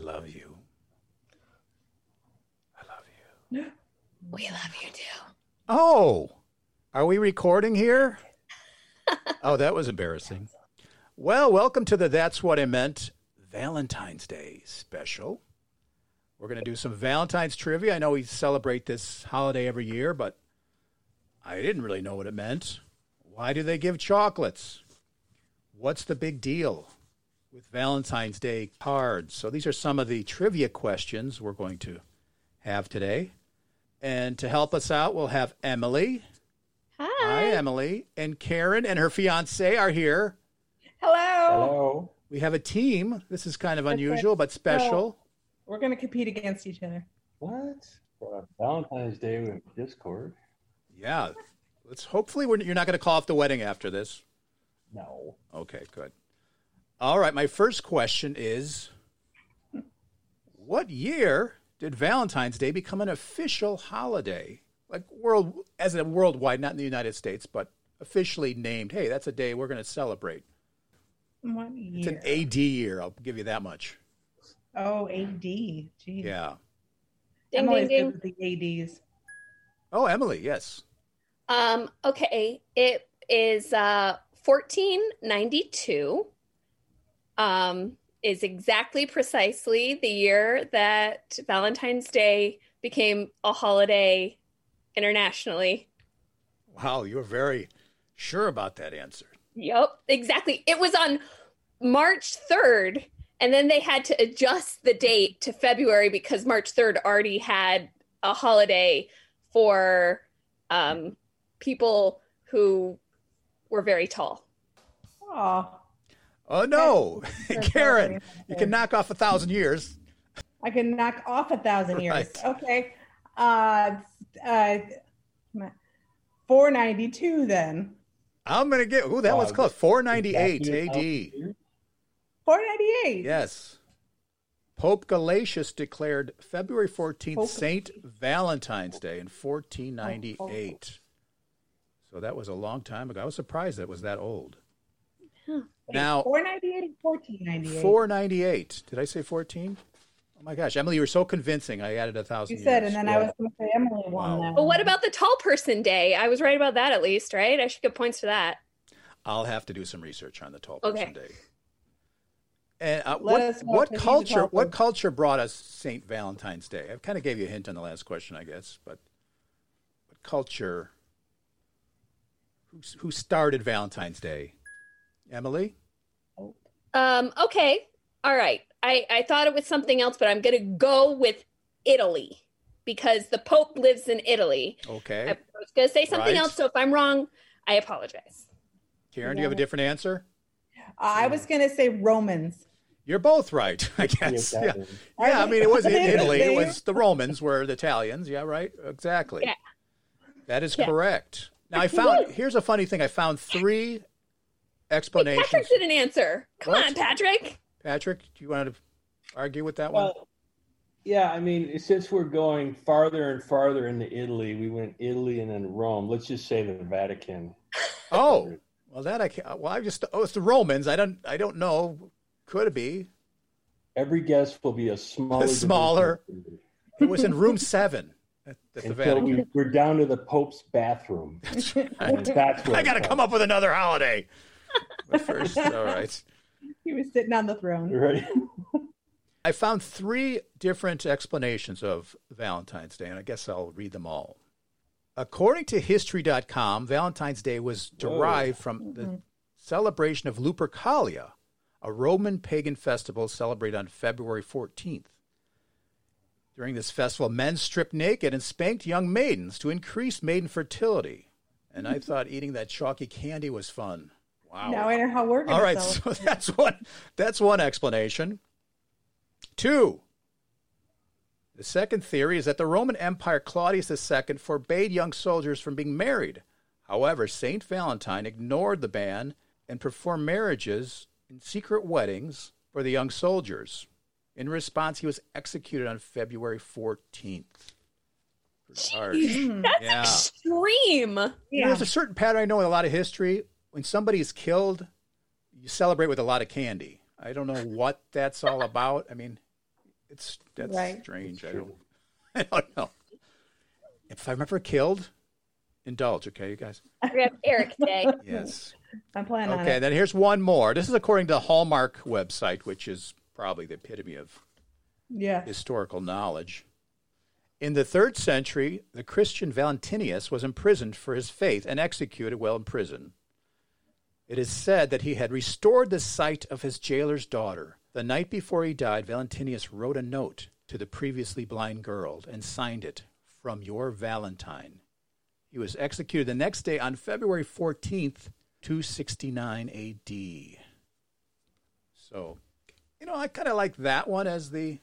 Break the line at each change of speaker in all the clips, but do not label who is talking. love you. I love you.
We love you too.
Oh, are we recording here? oh, that was embarrassing. Well, welcome to the That's What I Meant Valentine's Day special. We're going to do some Valentine's trivia. I know we celebrate this holiday every year, but I didn't really know what it meant. Why do they give chocolates? What's the big deal with Valentine's Day cards? So, these are some of the trivia questions we're going to have today. And to help us out, we'll have Emily. Hi, Emily. And Karen and her fiance are here.
Hello.
Hello.
We have a team. This is kind of unusual, but special.
We're going to compete against each other.
What? For Valentine's Day with Discord?
Yeah. Let's hopefully we're, you're not going to call off the wedding after this.
No.
Okay, good. All right. My first question is What year did Valentine's Day become an official holiday? Like world as a worldwide, not in the United States, but officially named. Hey, that's a day we're going to celebrate.
What
It's
year?
an AD year. I'll give you that much.
oh, AD. Geez.
Yeah.
I'm
Ding, ding,
always
ding.
good with the ADs.
Oh, Emily. Yes.
Um, okay, it is uh, 1492. Um, is exactly precisely the year that Valentine's Day became a holiday internationally.
Wow, you were very sure about that answer.
Yep, exactly. It was on March 3rd, and then they had to adjust the date to February because March 3rd already had a holiday for um, people who were very tall.
Oh,
Oh no, Karen, you can knock off a thousand years.
I can knock off a thousand years.
Right.
Okay. Uh, uh, 492 then.
I'm gonna get. Ooh, that
Wow,
was close. 498
Exactly.
Oh.
A.D.
498.
Yes, Pope Galatius declared February 14th
Pope-
Saint Valentine's Day in
Oh,
1498. So that was a long time ago. I was surprised that was that old. Now
498, 1498.
498. Did I say 14? Oh my gosh, Emily, you were so convincing. I added a thousand.
you said,
years.
and then I
yeah.
was going to say Emily won
Wow.
that.
But
one.
what about the tall person day? I was right about that at least, right? I should get points for that.
I'll have to do some research on the tall person
Okay.
day. And uh,
Let
what
us know if
what
we need to
culture
talk
what
about-
culture brought us Saint Valentine's Day? I kind of gave you a hint on the last question, I guess, but what culture? Who s- who started Valentine's Day? Emily.
Um, okay. All right. I, I thought it was something else, but I'm going to go with Italy because the Pope lives in Italy.
Okay,
I was going to say something
Right.
else, so if I'm wrong, I apologize.
Karen, do you have a different answer?
I was going to say Romans.
You're both right, I guess. Yeah,
Exactly.
yeah. I mean, it was in
Are they-
Italy. It
they-
was the Romans were the Italians. Yeah, right. Exactly.
Yeah.
That is
Yeah.
correct. Now I found here's a funny thing. I found three
Wait,
explanations.
Patrick didn't answer. Come
What?
on, Patrick.
Patrick, do you want to argue with that one?
Well, yeah, I mean, since we're going farther and farther into Italy, we went Italy and then Rome. Let's just say the Vatican.
Oh, well, that I can't. Well, I just oh, it's the Romans. I don't. I don't know. Could it be?
Every guess will be a smaller. division.
Smaller. It was in room seven at, at the
Until
Vatican.
we, we're down to the Pope's bathroom. And that's where
I got to
it's
come up with another holiday. But first, all right.
He was sitting on the throne.
Right?
I found three different explanations of Valentine's Day, and I guess I'll read them all. According to History.com, Valentine's Day was derived from the celebration of Lupercalia, a Roman pagan festival celebrated on February 14th. During this festival, men stripped naked and spanked young maidens to increase maiden fertility. And I thought eating that chalky candy was fun. Wow.
Now I know how we're going
All
to
right, so that's one that's one explanation. Two. The second theory is that the Roman Empire Claudius II forbade young soldiers from being married. However, Saint Valentine ignored the ban and performed marriages and secret weddings for the young soldiers. In response, he was executed on February 14th. Pretty harsh.
That's
Yeah.
extreme.
You know,
Yeah.
there's a certain pattern I know in a lot of history. When somebody is killed, you celebrate with a lot of candy. I don't know what that's all about. I mean, It's that's
Right.
strange. I
Sure.
don't, I don't know. If I'm ever killed, indulge, okay, you guys.
We have Eric today.
Yes.
I'm planning on
Okay,
it.
then here's one more. This is according to the Hallmark website, which is probably the epitome of
Yeah.
historical knowledge. In the third century, the Christian Valentinius was imprisoned for his faith and executed while in prison. It is said that he had restored the sight of his jailer's daughter. The night before he died, Valentinius wrote a note to the previously blind girl and signed it, From your Valentine. He was executed the next day on February 14th, 269 AD. So, you know, I kind of like that one as the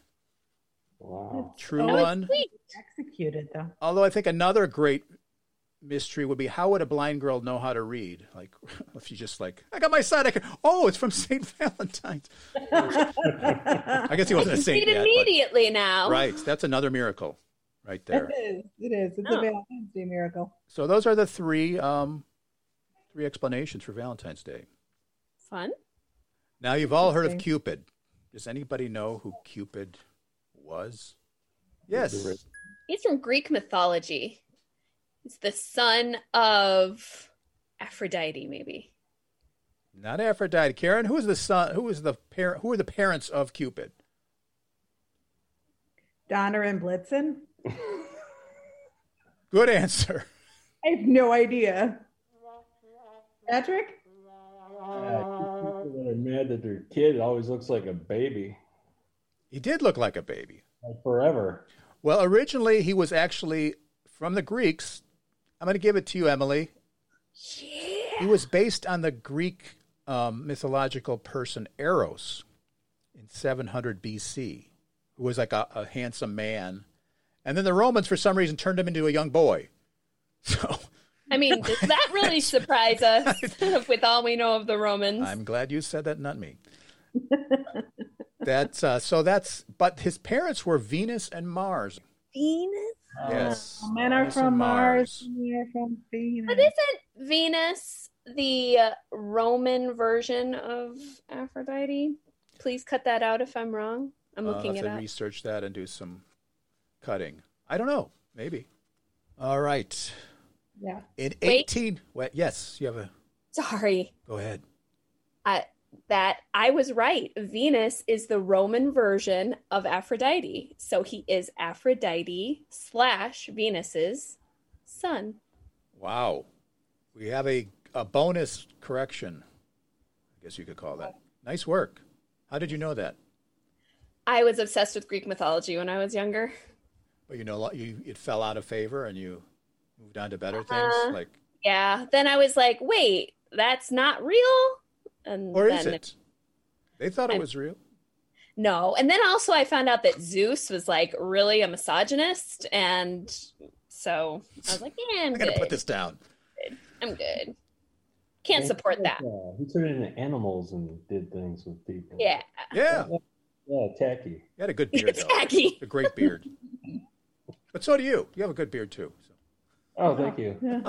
Wow.
True
That was
one.
sweet.
Executed though.
Although I think another great mystery would be how would a blind girl know how to read? Like if she's just like, I got my sign. I can, oh, it's from St. Valentine's. I guess he wasn't a
You see
saint
it
yet.
immediately now.
But, right. That's another miracle right there.
It is. It is. It's
Oh.
a Valentine's Day miracle.
So those are the three um, three explanations for Valentine's Day.
Fun.
Now you've all heard of
Interesting.
Cupid. Does anybody know who Cupid was?
Yes.
Yes.
He's from Greek mythology. He's the son of Aphrodite, maybe.
Not Aphrodite. Karen, who is the son who is the parent who are the parents of Cupid?
Donner and Blitzen.
Good answer.
I have no idea. Patrick?
Yeah, people that are mad that their kid always looks like a baby
He did look like a baby.
like forever.
Well, originally he was actually from the Greeks. I'm going to give it to you, Emily.
Yeah.
He was based on the Greek um, mythological person Eros in 700 BC, who was like a, a handsome man. And then the Romans, for some reason, turned him into a young boy. So
I mean, does that really surprise us with all we know of the Romans?
I'm glad you said that, not me. that's uh, so. That's but his parents were Venus and Mars.
Venus?
Yes,
Oh, men are
Venus and
from Mars. Women are from Venus.
But isn't Venus the uh, Roman version of Aphrodite? Please cut that out if I'm wrong. I'm
I'll
looking
have
it
to
up.
Uh, research that and do some cutting. I don't know. Maybe. All right.
Yeah.
In
Wait.
18. Wait, yes, you have a.
Sorry.
Go ahead.
I, that I was right. Venus is the Roman version of Aphrodite. So he is Aphrodite slash Venus's son.
Wow. We have a, a bonus correction. I guess you could call that. Nice work. How did you know that?
I was obsessed with Greek mythology when I was younger.
But you know, you it fell out of favor and you moved on to better things.
Uh-huh.
Like,
Yeah. Then I was like, wait, that's not real. And
or is
then
it? They thought it
I'm-
was real.
No. And then also I found out that Zeus was like really a misogynist. And so I was like, yeah, I'm
I'm gonna
good.
put this down.
Uh, I'm good. Can't support that.
Yeah, he turned into animals and did things with people.
Yeah.
Yeah,
Yeah, tacky.
you had a good beard
It's
though.
tacky.
A great beard. but so do you. You have a good beard too. So.
Oh,
Uh-huh.
thank you.
Yeah.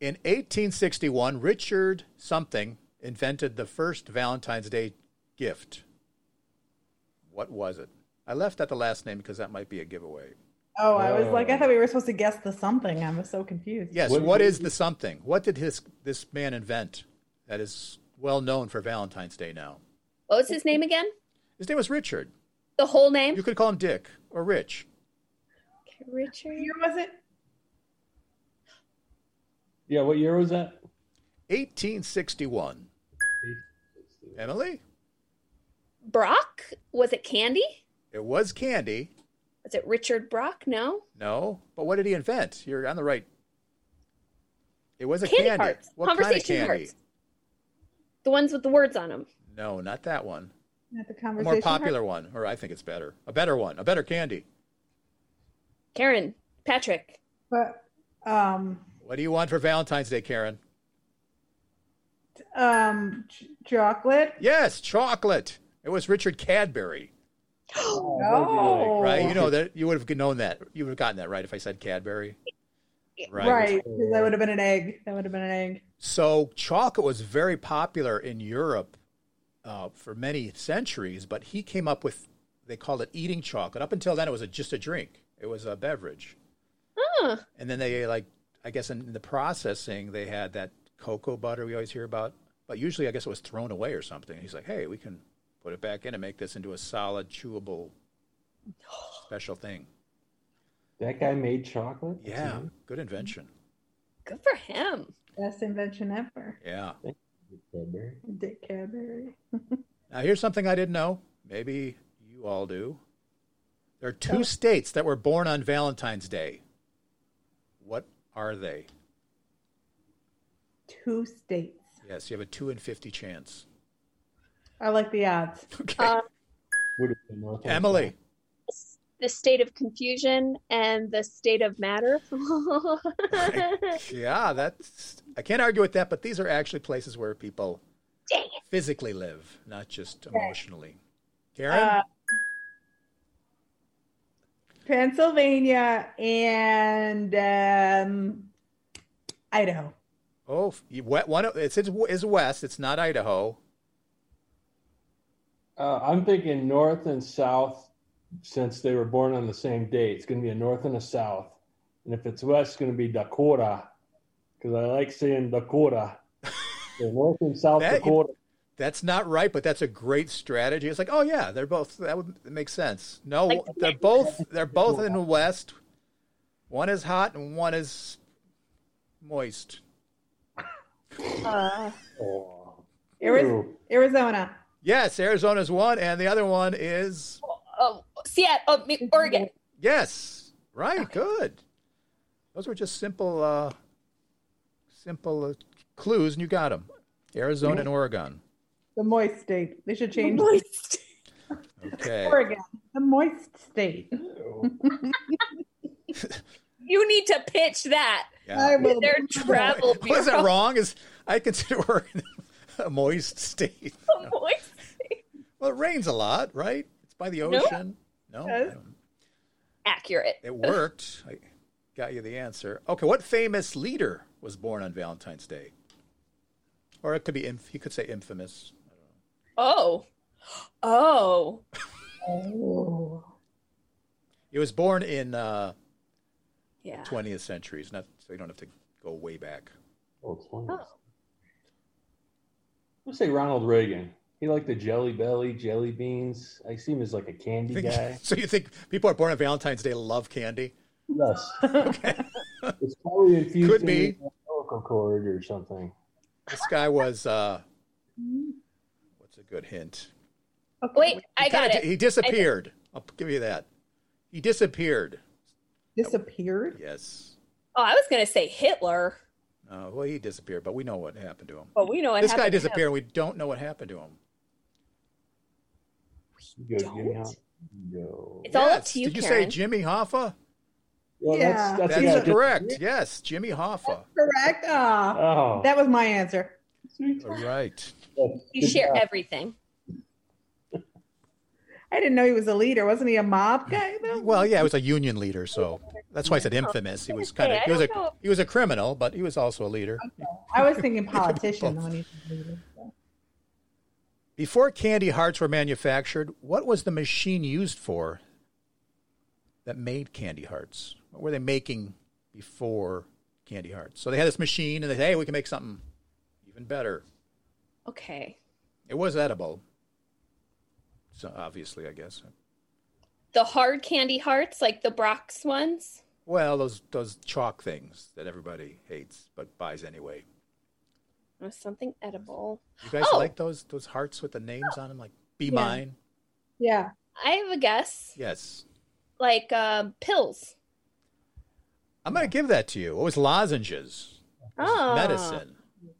In 1861, Richard something invented the first Valentine's Day gift. What was it? I left out the last name because that might be a giveaway.
Oh, I was like,
Whoa.
I thought we were supposed to guess the something. I was so confused.
Yes,
What-
what is the something? What did his, this man invent that is well known for Valentine's Day now?
What was his name again?
His name was Richard.
The whole
You
name?
could call him Dick or Rich.
What
Richard.
year was it?
Yeah, what year was that?
1861. Emily,
Brock? Was it Candy?
it was candy.
Was it Richard Brock? No.
No, but what did he invent? You're on the right. It was a
Candy
candy.
hearts.
What
Conversation
kind of candy?
hearts. The ones with the words on them.
No, not that one.
At the
A
conversation.
more popular one, or I think it's better. A better one, a better candy.
Karen, Patrick.
But um,
What do you want for Valentine's Day, Karen?
um, ch- chocolate.
Yes, chocolate. It was Richard Cadbury,
Oh,
No.
right? You know that you would have known that. You would have gotten that right if I said Cadbury. Right.
Right. 'cause that would have been an egg. That would have been an egg.
So chocolate was very popular in Europe uh, for many centuries, but he came up with they called it eating chocolate. Up until then, it was a, just a drink. It was a beverage.
Huh.
And then they like, I guess in the processing, they had that cocoa butter we always hear about. But usually, I guess it was thrown away or something. He's like, hey, we can put it back in and make this into a solid, chewable, special thing.
That guy made chocolate. That's
Yeah,
amazing.
good invention.
Good for him.
Best invention ever.
Yeah.
Cadbury.
Dick Cadbury.
Now, here's something I didn't know. Maybe you all do. There are two states that were born on Valentine's Day. What are they?
Two states.
Yes, you have a 2 in 50 chance.
I like the odds.
Okay.
Uh,
Would have been North
Emily,
The state of confusion and the state of matter. Oh,
yeah, that's, I can't argue with that, but these are actually places where people
Dang it.
physically live, not just emotionally. Karen?
Uh, Pennsylvania and um, Idaho.
oh, f- you- we- one, of- it's, it's, it's West, it's not Idaho.
Uh, I'm thinking north and south, since they were born on the same day. It's going to be a north and a south, and if it's west, it's going to be Dakota, because I like saying Dakota. so north and South
That-
Dakota.
That's not right, but that's a great strategy. It's like, oh yeah, they're both that would make sense. No,
Like-
they're both they're both in the west. One is hot and one is moist.
Uh,
Oh,
Arizona.
ew.
Arizona.
Yes, Arizona's one, and the other one is
Oh, Seattle, oh, me- Oregon.
yes. Right, good. Those were just simple, uh, simple uh, clues, and you got them. Arizona and Oregon.
The moist state. They should change
Moist.
Okay.
Oregon. The moist state.
You need to pitch that.
Yeah.
will
Their travel
Was that
bureau.
wrong? Is I consider Oregon a moist state.
Moist.
Well, it rains a lot, right? It's by the
No.
ocean. No,
Yes.
I don't-
Accurate.
it worked. I got you the answer. Okay, what famous leader was born on Valentine's Day? Or it could be inf- you could say infamous.
Oh. Oh.
Oh.
He was born in uh,
Yeah.
20th centuries, not so you don't have to go way back.
Oh, it's one of
Oh.
those. Let's say Ronald Reagan. He liked the Jelly Belly, jelly beans. I see him as like a candy
Think-
guy.
so you think people are born on Valentine's Day love candy?
Yes. It's probably infused
Could
in
be.
a umbilical cord or something.
This guy was uh, what's a good hint?
Okay.
Wait, I
Kinda
got
di-
it.
He disappeared. I'll give you that. He disappeared.
Disappeared?
Yes.
Oh, I was going to say Hitler,
Uh, well, he disappeared, but we know what happened to him.
but we know what
this guy
happened to him.
disappeared. and We don't know what happened to him.
Good, give me
Don't.
out. No.
It's all up
Yes.
to you,
Did you say
Karen.
Jimmy Hoffa?
Well,
Yeah.
that's,
That's
that's, yeah,
correct. Yes, Jimmy Hoffa.
Correct. Ah,
Oh,
that was my answer.
All right.
You share everything.
I didn't know he was a leader. Wasn't he a mob guy though?
Well, yeah, he was a union leader, so that's why I said infamous. He was kind of
I
he was a
don't know.
he was a criminal, but he was also a leader.
I was thinking politician when he was a leader.
Before candy hearts were manufactured, what was the machine used for that made candy hearts? What were they making before candy hearts? So they had this machine, and they said, "Hey, we can make something even better."
Okay.
It was edible. So obviously, I guess.
The hard candy hearts, like the Brock's ones.
Well, those those chalk things that everybody hates but buys anyway.
It was something edible.
You guys
Oh.
like those those hearts with the names on them, like "Be Mine"?
Yeah.
I have a guess,
Yes,
like um, pills.
I'm gonna give that to you. It was lozenges, It was
Oh.
medicine,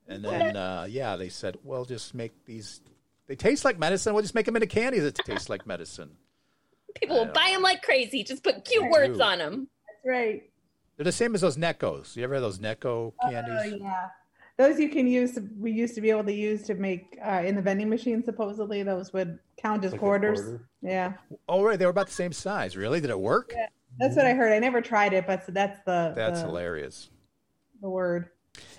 and then uh, yeah, they said, "Well, just make these. They taste like medicine. We'll just make them into candies that taste like medicine."
People will
I
buy them like crazy. Just put
They
cute words
do.
on them.
That's right.
They're the same as those Neckos. You ever had those Necco
Oh
candies?
yeah, those you can use. We used to be able to use to make uh, in the vending machine. Supposedly, those would count as
Like a
quarters.
quarter.
Yeah,
Oh, right, they were about the same size. Really? Did it work?
that's what I heard. I never tried it, but that's the
That's
the,
hilarious.
the word.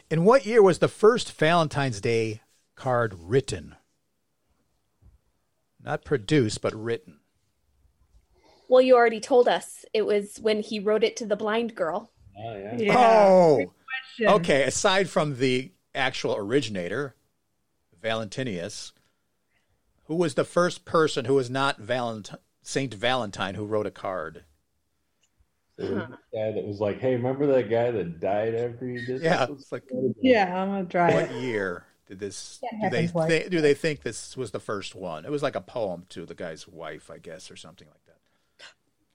In what year was the first Valentine's Day card written? Not produced, but written.
Well, you already told us it was when he wrote it to the blind girl.
Oh, yeah.
Oh,
Question.
okay. Aside from the actual originator, Valentinius, who was the first person who was not Valent- Saint Valentine who wrote a card?
There was this guy that was like, hey, remember that guy that died after he did
Yeah,
this?
it's like
Yeah, I'm gonna try
what
it.
year did this? do
Yeah,
they
happens, like-
thi- do they think this was the first one? It was like a poem to the guy's wife, I guess, or something like that.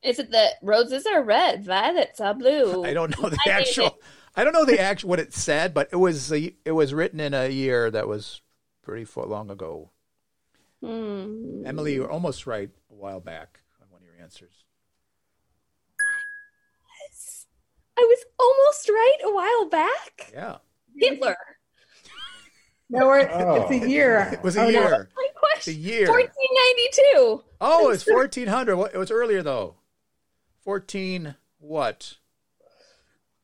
Is it that roses are red, violets are blue?
I don't know the
I mean,
actual. I don't know the actual what it said, but it was a, it was written in a year that was pretty fo- long ago.
Hmm.
Emily, you were almost right a while back on one of your answers.
I was almost right a while back.
Yeah,
Hitler.
No, we're-
Oh.
it's a year.
it was a
Oh, no.
year.
My
It's a
question.
year.
1492.
Oh, it's fourteen hundred. It was earlier though. Fourteen what?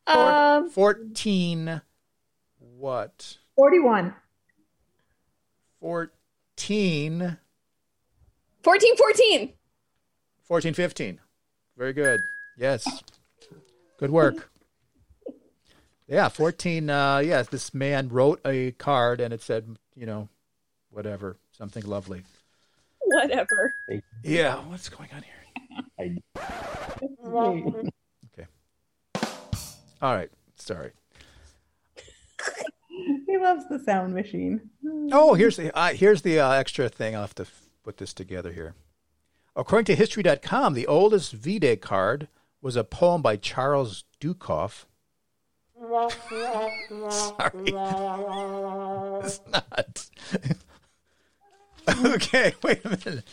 Um,
Fourteen what?
41.
Fourteen.
1414.
Fourteen fifteen. Very good. Yes. Good work. Yeah, 14. Uh, yes, this man wrote a card and it said, you know, whatever, something lovely.
Whatever.
Yeah, what's going on here? All right, sorry.
he loves the sound machine.
Oh, here's the uh, here's the uh, extra thing. I'll have to f- put this together here. According to History.com, the oldest V-Day card was a poem by Charles Dukoff. Sorry, it's not. okay, wait a minute.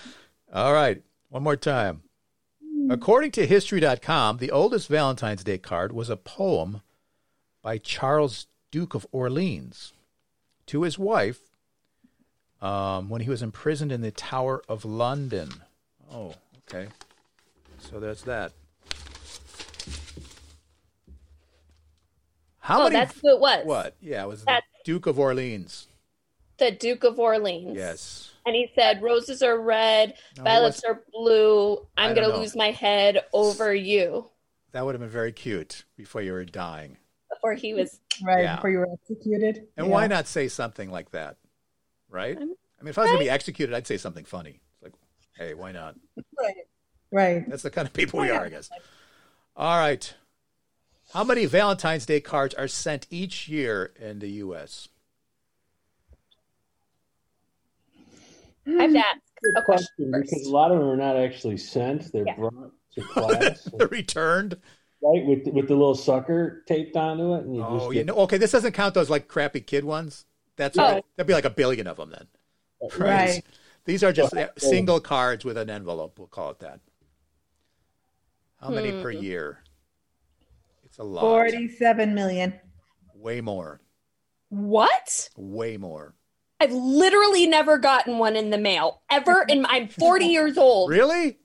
All right, one more time. According to History.com, the oldest Valentine's Day card was a poem by Charles Duke of Orleans to his wife um, when he was imprisoned in the Tower of London. Oh, okay. So that's that. How
Oh,
many?
that's who it was.
what? Yeah, it was the
That's-
Duke of Orleans.
The Duke of Orleans.
Yes.
And he said, Roses are red,
No, it
violets are blue.
I
I'm
don't
going to
know.
lose my head over you.
That would have been very cute before you were dying.
Before he was.
Right
Yeah.
before you were executed.
And
Yeah.
why not say something like that? Right?
I'm-
I mean, if I was going to be executed, I'd say something funny. It's like, hey, why not?
Right. Right.
That's the kind of people we are, I guess. All right. How many Valentine's Day cards are sent each year in the U.S.?
I
Hmm.
have to ask a
Good
question
question, because a
first.
lot of them are not actually sent. They're
Yeah.
brought to class,
They're returned.
right? With with the little sucker taped onto it, and you
Oh,
just
yeah.
get-
No, okay, this doesn't count those like crappy kid ones. That's
Oh.
already- that'd be like a billion of them then.
Right.
These are just uh, single cards with an envelope. We'll call it that. How many per
Hmm.
year? It's a lot.
47 million.
Way more.
What?
Way more.
I've literally never gotten one in the mail ever. And I'm 40 years old.
Really?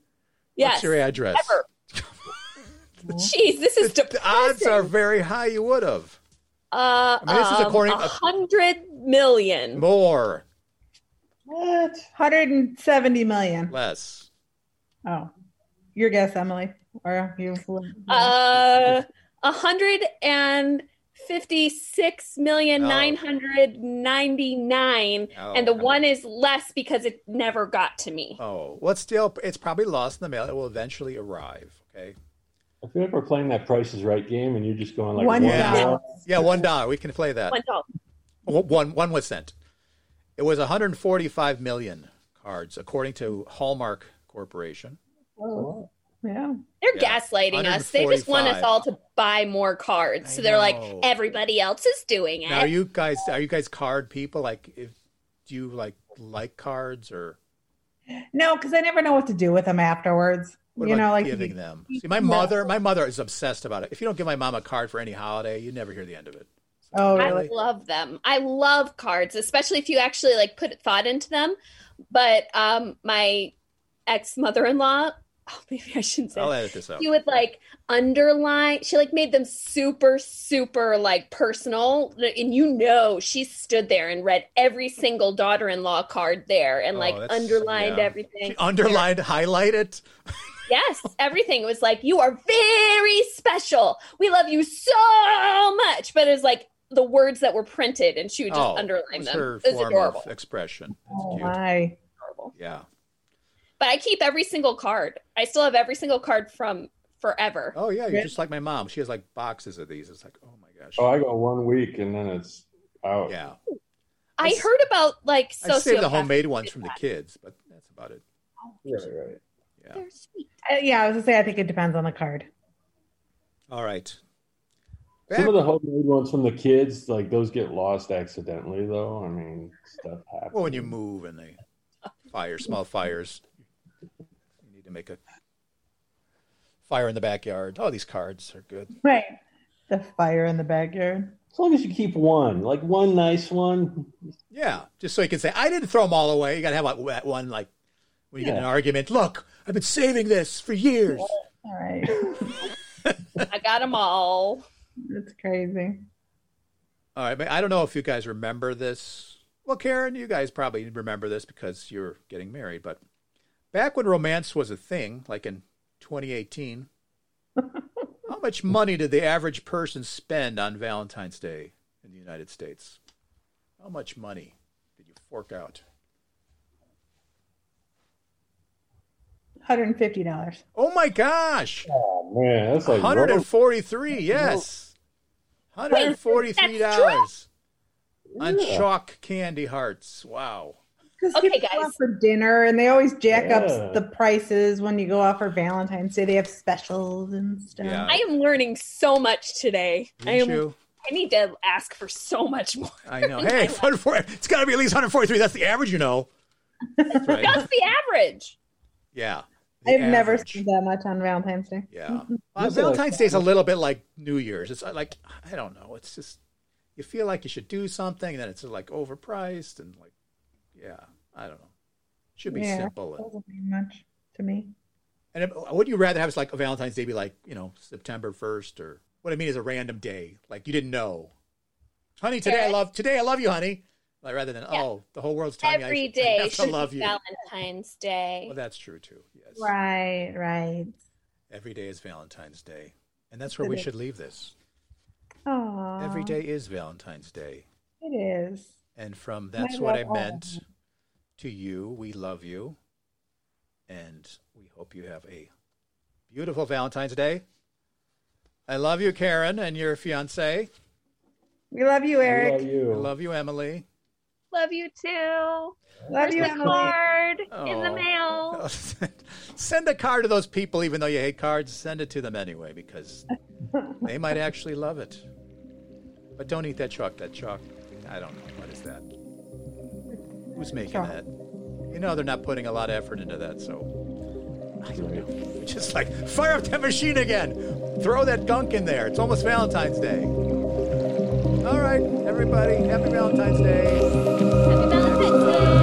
Yes.
What's your address?
Ever. Jeez, this is
The odds
depressing.
are very high. You would have.
Uh,
I mean, this is according-
a hundred million.
More,
What?
170 million.
less.
Oh, your guess, Emily, or you?
Uh, a hundred and fifty-six million nine hundred ninety-nine,
Oh,
and the
come
one is less because it never got to me.
Oh, well, it's still, it's probably lost in the mail. It will eventually arrive. Okay.
I feel like we're playing that Price is Right game, and you're just going like
One
Yeah.
dollar.
Yeah, one dollar. We can play that.
One dollar.
One, one, one was sent. It was 145 million cards, according to Hallmark Corporation.
What?
Yeah.
They're
Yeah.
gaslighting us. They just want us
145.
all to buy more cards.
I
so they're like,
know.
everybody else is doing it.
Now, are you guys, are you guys card people? Like, if do you like like cards or
No, because I never know what to do with them afterwards.
what
you
about
know, like
giving them? See, my
No.
mother, my mother is obsessed about it. If you don't give my mom a card for any holiday, you never hear the end of it.
Oh,
I
really?
love them. I love cards, especially if you actually like put thought into them. But um my ex mother in law oh, maybe I shouldn't say.
I'll
that.
edit this out.
She would like underline. She like made them super, super like personal, and you know she stood there and read every single daughter-in-law card there, and
Oh,
like
that's-
underlined
yeah.
everything.
She underlined, highlight it.
Yes, everything. It was like, you are very special. We love you so much. But it was like the words that were printed and she would just
oh, it
underline
was
them.
her
it was
form
adorable.
of expression.
Oh
cute.
my.
adorable.
Yeah.
But I keep every single card. I still have every single card from forever.
Oh yeah, you're
Yeah.
just like my mom. She has like boxes of these. It's like, oh my gosh.
Oh, I go one week and then it's out.
yeah.
I
It's-
heard about like
I saved
sociopaths.
the homemade ones from the kids, but that's about it.
Right, right.
Yeah.
They're sweet.
Uh, yeah, I was gonna say I think it depends on the card.
All right.
Some of the homemade ones from the kids, like those get lost accidentally, though. I mean, stuff happens.
Well, when you move and they fire, small fires, you need to make a fire in the backyard. Oh, these cards are good.
Right. The fire in the backyard.
as long as you keep one, like one nice one.
Yeah, just so you can say, I didn't throw them all away. You got to have like that one, like when you get in an argument. Look, I've been saving this for years.
All right.
I got them all.
That's crazy.
All right, but I don't know if you guys remember this. Well, Karen, you guys probably remember this because you're getting married, but back when romance was a thing, like in 2018, how much money did the average person spend on Valentine's Day in the United States? How much money did you fork out?
$150.
Oh my gosh!
Oh man, that's like
143, yes. $143 on chalk candy hearts. Wow.
Okay,
people go
guys.
out for dinner, and they always jack
Yeah.
up the prices when you go out for Valentine's Day. They have specials and stuff.
Yeah.
I am learning so much today. I
Didn't
am
you?
I need to ask for so much more.
I know. Hey, 104 it's got to be at least 143. That's the average, you know. That's right.
That's the average.
Yeah. The
I've never
average.
spent that much on Valentine's Day.
Yeah. Uh,
Those are
Valentine's
like-
Day is a little bit like New Year's. It's uh, like, I don't know. It's just, you feel like you should do something, and then it's like overpriced, and like, yeah, I don't know. Should be
Yeah.
simple. And,
Doesn't mean much to me.
and it- would you rather have like a Valentine's Day be like, you know, September 1st, or what I mean is a random day, like you didn't know. Honey, today I
Eric?
love, today I love you, honey. Like, rather than,
Yeah.
oh, the whole world's telling me I
Every
should- I
day
have to
should be
love you.
Valentine's Day.
Well, that's true too. Yes.
Right, right.
Every day is Valentine's Day. And that's where we
It is.
should leave this.
Aww,
Every day is Valentine's Day.
It is.
And from that's what I
love all of
meant to you, we love you. And we hope you have a beautiful Valentine's Day. I love you, Karen, and your fiance.
We love you,
Where
Eric.
are you?
I love you, Emily.
Love you too.
Love you,
Here's the
Emily.
card in the
Oh.
mail.
send a card to those people, even though you hate cards. Send it to them anyway, because they might actually love it. But don't eat that chalk. That chalk, I don't know. What is that? Who's making
Chalk.
that? You know, they're not putting a lot of effort into that, so. I don't know. Just like, fire up that machine again. Throw that gunk in there. It's almost Valentine's Day. All right, everybody, happy Valentine's Day. Oh.
Happy Valentine's Day.